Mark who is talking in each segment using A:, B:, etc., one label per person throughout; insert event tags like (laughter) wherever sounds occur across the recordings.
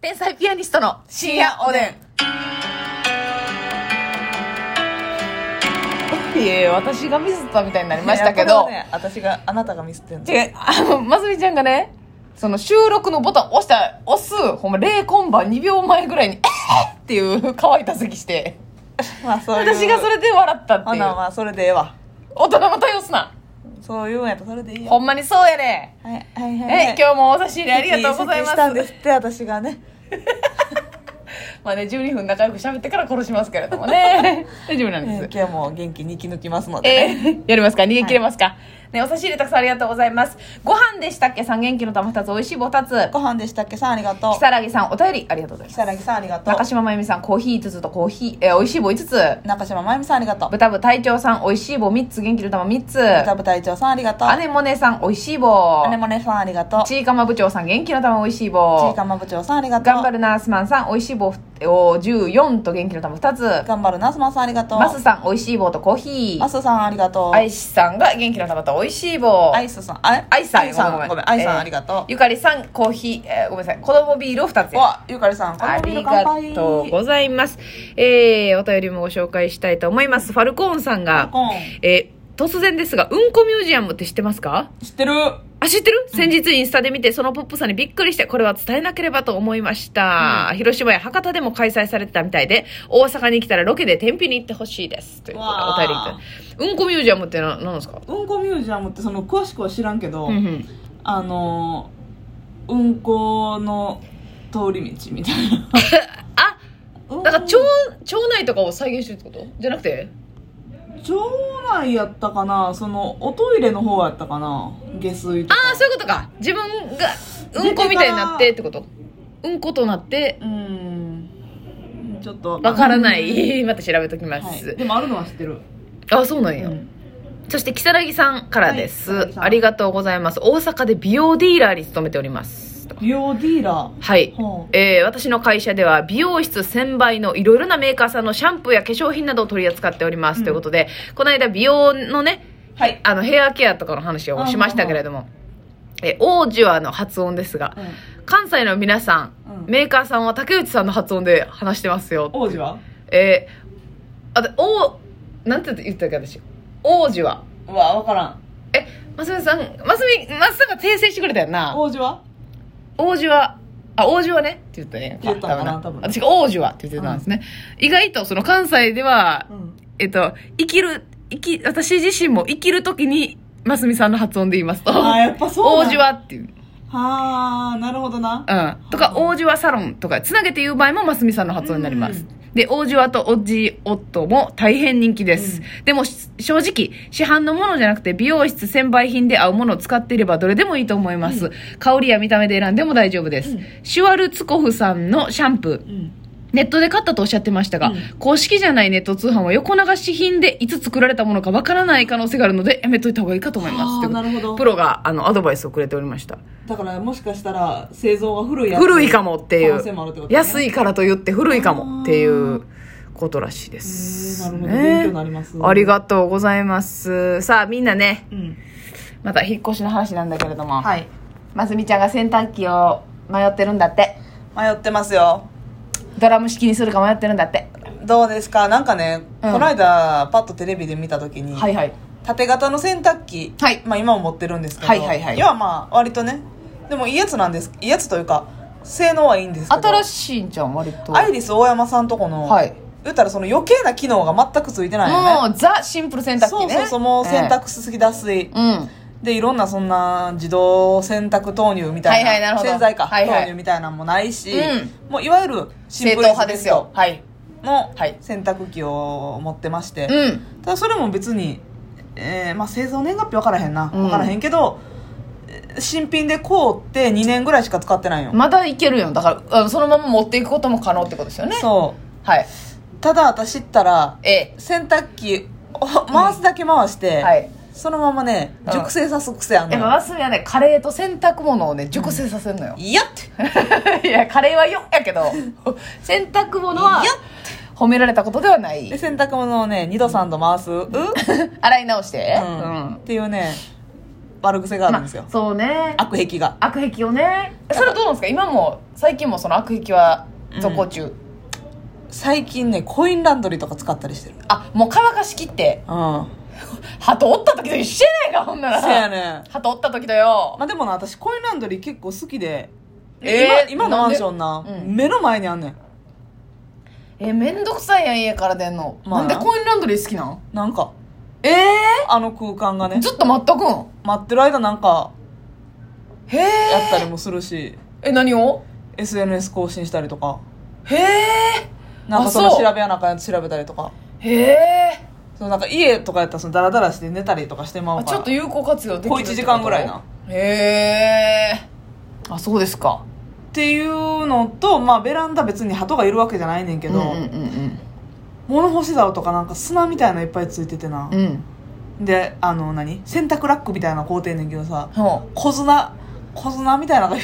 A: 天才ピアニストの深夜おでん。いえ、私がミスったみたいになりましたけ
B: いやこ
A: ど、
B: れはね、私があなたがミスってん
A: (laughs)
B: の
A: 違う、あの、まつみちゃんがね、その収録のボタン押した、押す、ほんま、0コンバ2秒前ぐらいに、えーっていう乾いた咳して、
B: まあそういう
A: 私がそれで笑ったって
B: ほ
A: い
B: な
A: う。
B: まあそれでええわ
A: 大人も対応すな。
B: そういうんやったらそれでいい
A: ほ
B: よ
A: んまにそうやね。
B: はいはいはい、はい、
A: え、今日もお差し入れありがとうございま
B: 席
A: す。
B: したんですって私がね
A: まあね、12分仲良く喋ってから殺しますけれども (laughs) ね。大丈夫なんで
B: え
A: す。
B: ー今日も元気に生き抜きますので、ね
A: えー、やりますか逃げ切れますか、ね、お差し入れたくさんありがとうございます。ご飯でしたっけ三元気の玉二つ、美味しい棒二つ。
B: ご飯でしたっけさんありがとう
A: 如月さん、お便りありがとうございます。
B: 如月さんありがとう
A: 中島まゆみさん、コーヒー5つとコーヒー、えー、美味しい棒5つ。
B: 中島まゆみさんありがとう
A: 豚部隊長さん、美味しい棒3つ、元気の玉3つ。
B: 豚部隊長さんありがとう
A: 姉もねさん、美味しい棒。
B: 姉もねさんありがとうち
A: ちいかま部長さん、元気の玉美味しい
B: い
A: 棒。
B: かま部長さんありがとう
A: 頑張るナースマンさん、美味しい棒を14と元気の玉2つ。
B: 頑張るなすまさんありがとう
A: マスさん、美味しい棒とコーヒ
B: マ
A: ー。
B: スさんありがとう
A: アイシさんが元気の玉と美味しい棒。
B: アイスさんあれ
A: アイさん
B: アイさん
A: ごめん
B: ごめんアイさ
A: え
B: ん
A: ー
B: ありがと
A: ゆかりさん、コーヒー、えーごめんなさい、子供ビールを2つ
B: う。わゆかりさんこ
A: あ
B: のビー
A: り
B: ル乾
A: が
B: 杯
A: とうございます。えー、お便りもご紹介したいと思います。ファルコーンさんが、
B: コー
A: えー、突然ですが、うんこミュージアムって知ってますか
B: ン知ってる
A: あ、知ってる先日インスタで見て、そのポップさにびっくりして、これは伝えなければと思いました。広島や博多でも開催されてたみたいで、大阪に来たらロケで天日に行ってほしいです。ということで、お便りいただいてうんこミュージアムってな何ですか
B: うんこミュージアムってその詳しくは知らんけど、
A: うんうん。
B: あのーうんこの通り道みたい (laughs)
A: あ、
B: な
A: なんか
B: うん
A: 町、町内とかを再現してるってことじゃなくて
B: 町内やったかなそのおトイレの方やったかな下水とか
A: ああ、そういうことか。自分が、うんこみたいになってってことうんことなって、
B: うんちょっと
A: わからな。
B: はい
A: また調べときます。
B: い、でもあるのは知ってる、
A: あ、そうなん
B: う
A: や。
B: ん、
A: そして、如月さんからです、
B: はい如月さん
A: ありがとうございます。大阪で美容ディーラーに勤めております。
B: 美容ディーラ
A: はい
B: ー。ほう
A: えー私の会社では美容室専売のいろいろなメーカーさんのシャンプーや化粧品などを取り扱っております、
B: うん
A: ということでこの間美容のね
B: はい、
A: あのヘアケアとかの話をしましたけれども、え王子はあの発音ですが
B: うん
A: 関西の皆さん、
B: うん
A: メーカーさんは竹内さんの発音で話してますよ。
B: 王子は
A: えー、あと、お、なんて言ったっけ、私。王子は。
B: うわ分からん
A: え、ますみさん、ますみ、ますさんが訂正してくれたよな。
B: 王子は
A: 王子は、あ、王子はねって言ったね。
B: 言ったのかな
A: 多
B: 多
A: 分
B: 分
A: 私が王子はって言ってたんですね。意外と、その関西では、
B: うん
A: えっと、生きる、生き、私自身も生きるときに、ますみさんの発音で言いますと、
B: あーやっぱそう
A: 王
B: なん
A: 子はっていう。
B: はあなるほどな
A: うん。とか、王子はサロンとか、つなげて言う場合も、ますみさんの発音になります。
B: うん
A: で、王子はとオッジオットも大変人気です。でも、し正直、市販のものじゃなくて、美容室専売品で合うものを使っていればどれでもいいと思います。香りや見た目で選んでも大丈夫です。
B: うん
A: シュワルツコフさんのシャンプー。
B: うん
A: ネットで買ったとおっしゃってましたが、
B: うん
A: 公式じゃないネット通販は横流し品でいつ作られたものかわからない可能性があるので、やめといた方がいいかと思います。
B: あー
A: ということで
B: なるほど
A: プロが、あの、アドバイスをくれておりました。
B: だからもしかしたら製造が古いやつ
A: 古いかもってい
B: 可
A: う
B: 能性もあるってことね
A: 安いからと言って古いかもっていうことらしいです、
B: へーなるほど勉強になります
A: ありがとうございますさあみんなね
B: うん
A: また引っ越しの話なんだけれども、
B: はい
A: ますみちゃんが洗濯機を迷ってるんだって
B: 迷ってますよ
A: ドラム式にするか迷ってるんだって
B: どうですかなんかね、
A: うん
B: この間パッとテレビで見た時に、
A: はいはい
B: 縦型の洗濯機、
A: はい
B: まあ、今も持ってるんですけど、
A: はいはいはい
B: 要はまあ割とねでもいいやつなんですいいやつというか性能はいいんですけど
A: 新しいんじゃん割と
B: アイリス大山さんとこの、
A: はい
B: 言ったらその余計な機能が全くついてないよね
A: もうザシンプル洗濯
B: そ
A: 機
B: う
A: ね
B: そうそうもう洗濯水脱水、
A: ええうん
B: でいろんなそんな自動洗濯投入みたいな,、
A: はいはいなるほど
B: 洗剤か、
A: はいはい
B: 投入みたいなのもないし、
A: う
B: もういわゆるシン
A: 正
B: プル
A: 統派ですよはい
B: の
A: はい
B: 洗濯機を持ってまして、
A: うん
B: ただそれも別に、えーまあ、製造年月日分からへんな
A: うん
B: 分からへんけど、えー新品で買うって2年ぐらいしか使ってないよ、
A: まだいけるよだからあのそのまま持っていくことも可能ってことですよね
B: そ
A: はいう
B: ただ私ったら
A: ええ
B: 洗濯機を回すだけ回して、
A: はい。
B: そのままね
A: うん
B: 熟成さす癖あんの
A: やっぱ
B: よ、
A: マスミはね、カレーと洗濯物をね、熟成させるのよ。
B: いやっ
A: (laughs)
B: て
A: いや、カレーはよや
B: (laughs)
A: けど、洗濯物はい
B: や、
A: 褒められたことではな
B: で (laughs)
A: い。
B: 洗濯物をね2度3度回す、う
A: 洗い直して。う
B: うん
A: ん
B: っ。ていうね悪癖があるんですよ
A: まあ、そうね
B: 悪癖が
A: 悪癖をねそれどうなんですか今も最近もその悪癖は続行中、
B: 最近ねコインランドリーとか使ったりしてる
A: あもう乾かしきって
B: うん
A: 鳩折った時と一緒やないかほんなら
B: (laughs) せやね
A: 鳩折った時とよ
B: まあでもな私コインランドリー結構好きで、
A: えー
B: 今今のマンションな
A: なんでうん
B: 目の前にあんねん
A: えめんどくさいやん家から出んの、
B: まあ
A: なんでコインランドリー好きなん
B: なんか
A: ええ
B: あの空間がね
A: ずっと待っとくん
B: 待ってる間なんか
A: へえ
B: やったりもするし、
A: え何を
B: SNS 更新したりとか
A: へえ
B: なんかそ
A: あ
B: の
A: そう
B: 調べやなあかんやつ調べたりとか
A: へえ
B: そうなんか家とかやったらそのダラダラして寝たりとかしてまう
A: あ
B: か
A: ち
B: ら
A: ょっと有効活用できる
B: 小1時間ぐらい
A: っ
B: な
A: てことへえあそうですか
B: っていうのと、まあ、ベランダ別に鳩がいるわけじゃないねんけ
A: け
B: ど、
A: うんうん
B: 物干し竿とかなんか砂みたいのいっぱいついててな
A: うんう、ん
B: であの何洗濯ラックみたいな工程ねんけどさ
A: ほう
B: 小砂小砂みたいなのが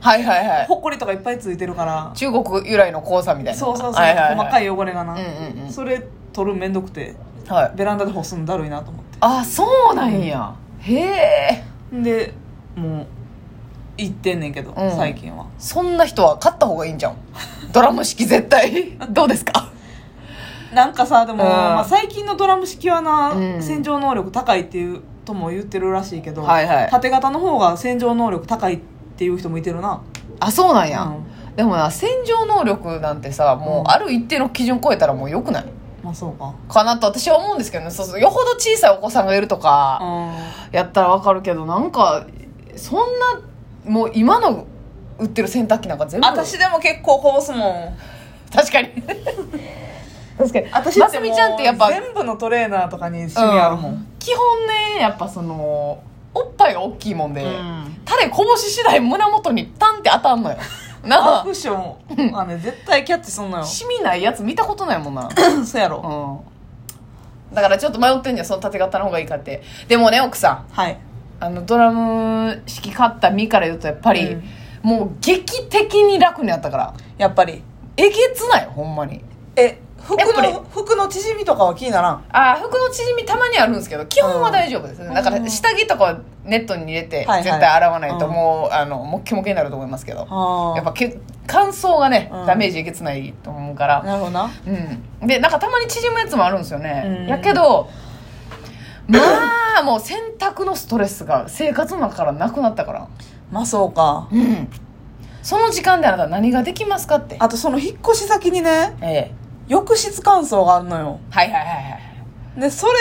A: はいはいはい
B: (laughs) ほっこりとかいっぱいついてるから
A: 中国由来の黄砂みたいな
B: そうそうそう、
A: はいはいはい、
B: 細かい汚れがな、
A: うんうんうん
B: それ取るんめんどくて
A: はい
B: ベランダで干すのだるいなと思って
A: あそうなんや、へえ
B: でもう行ってんねんけ
A: う
B: ど、
A: ん
B: 最近は
A: そんな人は勝った方がいいんじゃんドラム式絶
B: (laughs)
A: 対どうですか
B: なんかさでも、
A: うん
B: まあ、最近のドラム式はな、
A: うん
B: 洗浄能力高いっていうとも言ってるらしいけど、
A: はいはい
B: 縦型の方が洗浄能力高いっていう人もいてるな
A: あそうなんや、
B: うん
A: でもな洗浄能力なんてさも
B: うん
A: うある一定の基準超えたらもうよくない
B: まあそうか
A: かなと私は思うんですけどねそうそうよほど小さいお子さんがいるとか
B: う
A: やったらわかるけどなんかそんなもう今の売ってる洗濯機なんか全
B: ん
A: 部
B: 私でも結構こぼすもん
A: 確かに確かに
B: 私
A: ますみちゃんってやっぱ
B: 全部のトレーナーとかに趣味あるもん、
A: 基本ねやっぱそのおっぱいが大きいもんで、
B: うん
A: タレこぼし次第胸元にタンって当たんの
B: (laughs)
A: よ
B: ア
A: な
B: クション
A: (laughs)
B: はね絶対キャッチすんの
A: あ
B: よ
A: シミないやつ見たことないもんな
B: そうやろ、
A: うんだからちょっと迷ってんじゃんその縦型の方がいいかってでもね奥さん
B: はい
A: あのドラム式買った身から言うとやっぱり、
B: うん
A: もう劇的に楽になったから
B: やっぱり
A: えげつないほんまに
B: え服
A: やっぱり
B: の服の縮みとかは気にならん
A: あー服の縮みたまにあるんですけど基本は大丈夫ですね、
B: うん
A: だから下着とかはネットに入れて
B: はいはい
A: 絶対洗わないと
B: うん
A: もう、あのもっきもきになると思いますけど、
B: あ
A: やっぱけ乾燥がね、
B: うん
A: ダメージえげつないと思うから、
B: なるほどな
A: うん、でなんかたまに縮むやつもあるんですよね、
B: うん
A: やけどまあもう洗濯のストレスが生活の中からなくなったから、
B: まあそうか
A: うん、その時間であなた何ができますかって
B: あとその引っ越し先にね
A: ええ
B: 浴室乾燥があるのよ
A: はいはいはいはい
B: でそれ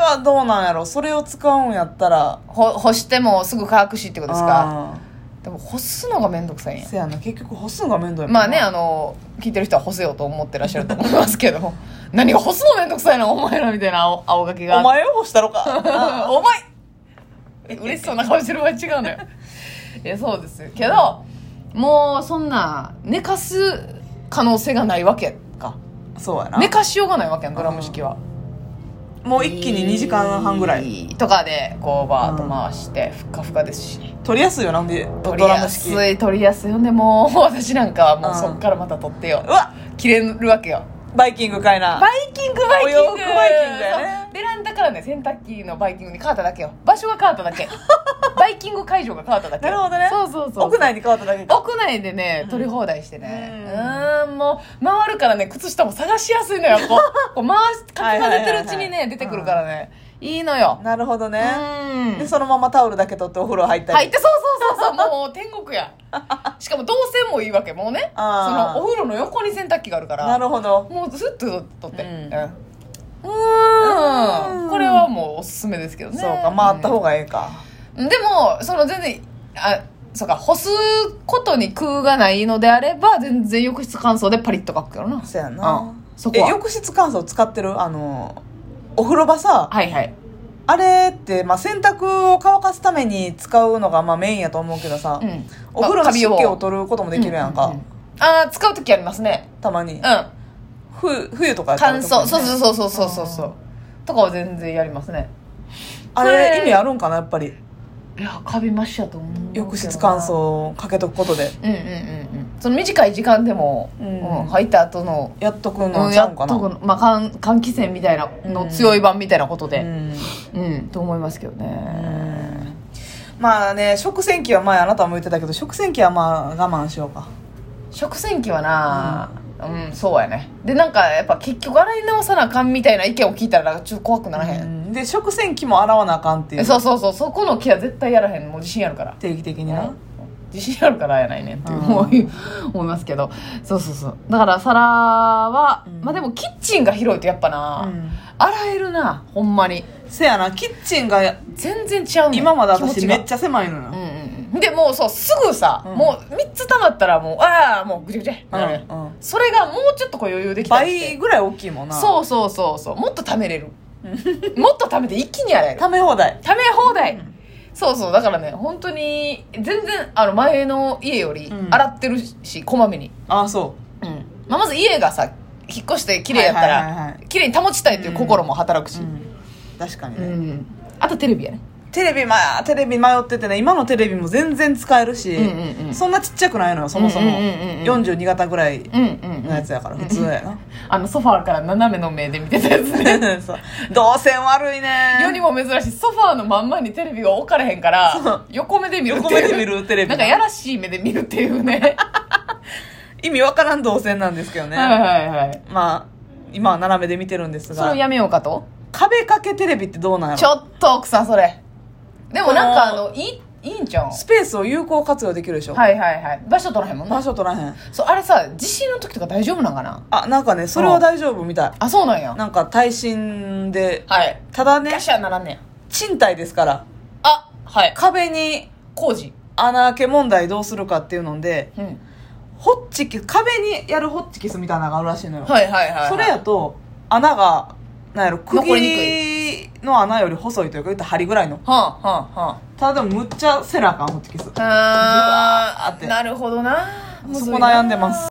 B: はどうなんやろそれを使うんやったら
A: ほ干してもすぐ乾くしってことですか
B: あ
A: でも干すのがめんどくさいん
B: ー
A: や
B: せやな結局干すのが面倒やもんな
A: まあねあの聞いてる人は干せようと思ってらっしゃると思いますけど (laughs) 何が干すのめんどくさいなお前らみたいな青青書きが
B: お前を干したろか
A: お前え嬉しそうな顔してる場合違うのよ (laughs) いやそうですけどもうそんな寝かす可能性がないわけか
B: そうやな
A: 寝かしようがないわけやんドラム式は
B: もう一気に2時間半ぐらい
A: いとかでこうバーッと回してふっかふかですしね
B: 取りやすいよなんでド
A: 取り
B: ラム
A: や
B: 式
A: す
B: う
A: い取りやすいよねもう私なんかはもう
B: うん
A: そっからまた取ってよ
B: わ
A: 切れるわけよ
B: バイキングかいな
A: バイキングバイキング
B: お洋服バイキングやね
A: そうベランダからね洗濯機のバイキングに変わっただけよ場所が変わっただけ (laughs) バイキング会場が変わっただけ
B: なるほどね
A: そうそうそう
B: 屋内に変わっただけか
A: 屋内でね取り放題してね
B: うん
A: うーんもう回るからね靴下も探しやすいのよこうこう回しかき混ぜてるうち
B: はい
A: に
B: はいはいは
A: ね
B: い
A: 出てくるからねいいのよ
B: なるほど
A: う
B: ね
A: ん
B: でそのままタオルだけ取ってお風呂入ったり
A: 入ってそうそうそうそうもう天国
B: (laughs)
A: やしかも動線もいいわけもうねそ
B: あー
A: のお風呂の横に洗濯機があるから
B: なるほど
A: もうずっと取って
B: う
A: うんん、
B: うん
A: これはもうおすすめですけどね
B: そうかまああった方がええか
A: うんでもその全然あそうか干すことに工夫がないのであれば全然浴室乾燥でパリッと乾くからな
B: そうやな
A: うんそ
B: え
A: こは
B: 浴室乾燥使ってるあのお風呂場さ
A: はいはい
B: あれって、まあ、洗濯を乾かすために使うのがまあメインやと思うけどさ、
A: うん
B: お風呂の
A: まあカビ
B: 湿
A: を
B: 気を取ることもできるやんか、
A: うううああ使う時ありますね
B: たまに
A: う、ん
B: ふ冬とかやった
A: 乾
B: ら
A: 燥
B: 特に
A: そ
B: ね
A: うそうそうそうそうそうそうとかは全然やりますね
B: あ
A: そ
B: れ
A: れ
B: 意味あるんかなやっぱり
A: いやカビマシやと思うけどな
B: 浴室乾燥をかけとくことで
A: うんうんうんうんその短い時間でも、
B: うん
A: うん入った後の
B: やっとく
A: う
B: の
A: ん、
B: ちゃ
A: や
B: う
A: っ
B: んか
A: と
B: な、
A: この、まあ、換換気扇みたいなの強い版みたいなこと
B: う
A: で、
B: ん
A: うんと思いますけどね、
B: まあね食洗機は前あなたも言ってたけど食洗機はまあ我慢しようか
A: 食洗機はなうん、そうやねでなんかやっぱ結局洗い直さなあかんみたいな意見を聞いたらなんかちょっと怖くならへん、
B: うんで食洗機も洗わなあかんっていう
A: そうそうそうそこの気は絶対やらへんもう自信あるから
B: 定期的にな、
A: 自信あるからやないねんっていう
B: うん
A: 思い思いますけどそうそうそうだから皿は、
B: うん
A: まあでもキッチンが広いとやっぱ
B: う
A: な、
B: ん
A: 洗えるなほんまに
B: せやなキッチンが
A: 全然ちゃうねん
B: 今まで
A: 気持
B: 私
A: ちが
B: めっちゃ狭いのよ、
A: うんうんうんでもうそうすぐさ、
B: うん
A: もう3つ溜まったらもうああもうぐちゃぐちゃってなるやん、
B: うんうん
A: それがもうちょっとこう余裕できたりして
B: 倍ぐらい大きいもんな
A: そうそうそうそうもっと貯めれ
B: (laughs)
A: るもっと貯めて一気に洗える
B: 食べ放題
A: 貯め放題、
B: うん
A: そうそうだからね本当に全然あの前の家より
B: うん
A: 洗ってるし、こまめに、
B: ああそ
A: うんまあ、まず家がさ引っ越して綺麗やったら、
B: はいはいはいはい
A: 綺麗に保ちたいという心も働く
B: う、
A: し、
B: 確かに
A: う
B: ね、
A: んあとテレビやね
B: テレビまあテレビ迷っててね今のテレビも全然使えるし、
A: うんうんうん
B: そんなちっちゃくないのよそもそも、
A: うんうんうんうん
B: 42型ぐらい
A: うんうんうん
B: のやつやから普通やな、 (laughs)
A: あのソファーから斜めの目で見てたやつね
B: そう動線悪い
A: 世に
B: ね
A: も珍しいソファーのまんまにテレビが置かれへんから横目で見るって
B: 横
A: いう
B: 目で見るテレビ
A: なんかやらしい目で見るっていう
B: (laughs)
A: ね
B: 意味わからん動線なんですけどね、
A: はいはいはい
B: まあ今は斜めで見てるんです
A: それを
B: が
A: やめようかと
B: 壁掛けテレビってどうなんや
A: ち
B: ろ
A: ょっと奥さんそれでもなんかあ
B: この
A: のいいいいんちゃうん
B: スペースを有効活用できるでしょ、
A: はいはいはい場所取らへんもん
B: 場
A: な
B: 所取らへん
A: そうあれさ地震の時とか大丈夫なんかな
B: あなんかねそれは大丈夫みたい
A: あそうなんや
B: なんか耐震で
A: はい
B: ただ
A: ガ
B: ね
A: シャならんねん
B: 賃貸ですから
A: あはい
B: 壁に
A: 工事
B: 穴開け問題どうするかっていうので
A: うん
B: ホッチキス壁にやるホッチキスみたいなのがあるらしいのよ、
A: はいはいはいはい
B: それやと穴がなんやろ
A: 残りに
B: 釘の穴より細いというか言ったら針ぐらいの
A: はんはんはん
B: ただでもむっちゃせなあかんホッチキス
A: あ
B: ーって
A: なるほどな
B: そこ悩んでます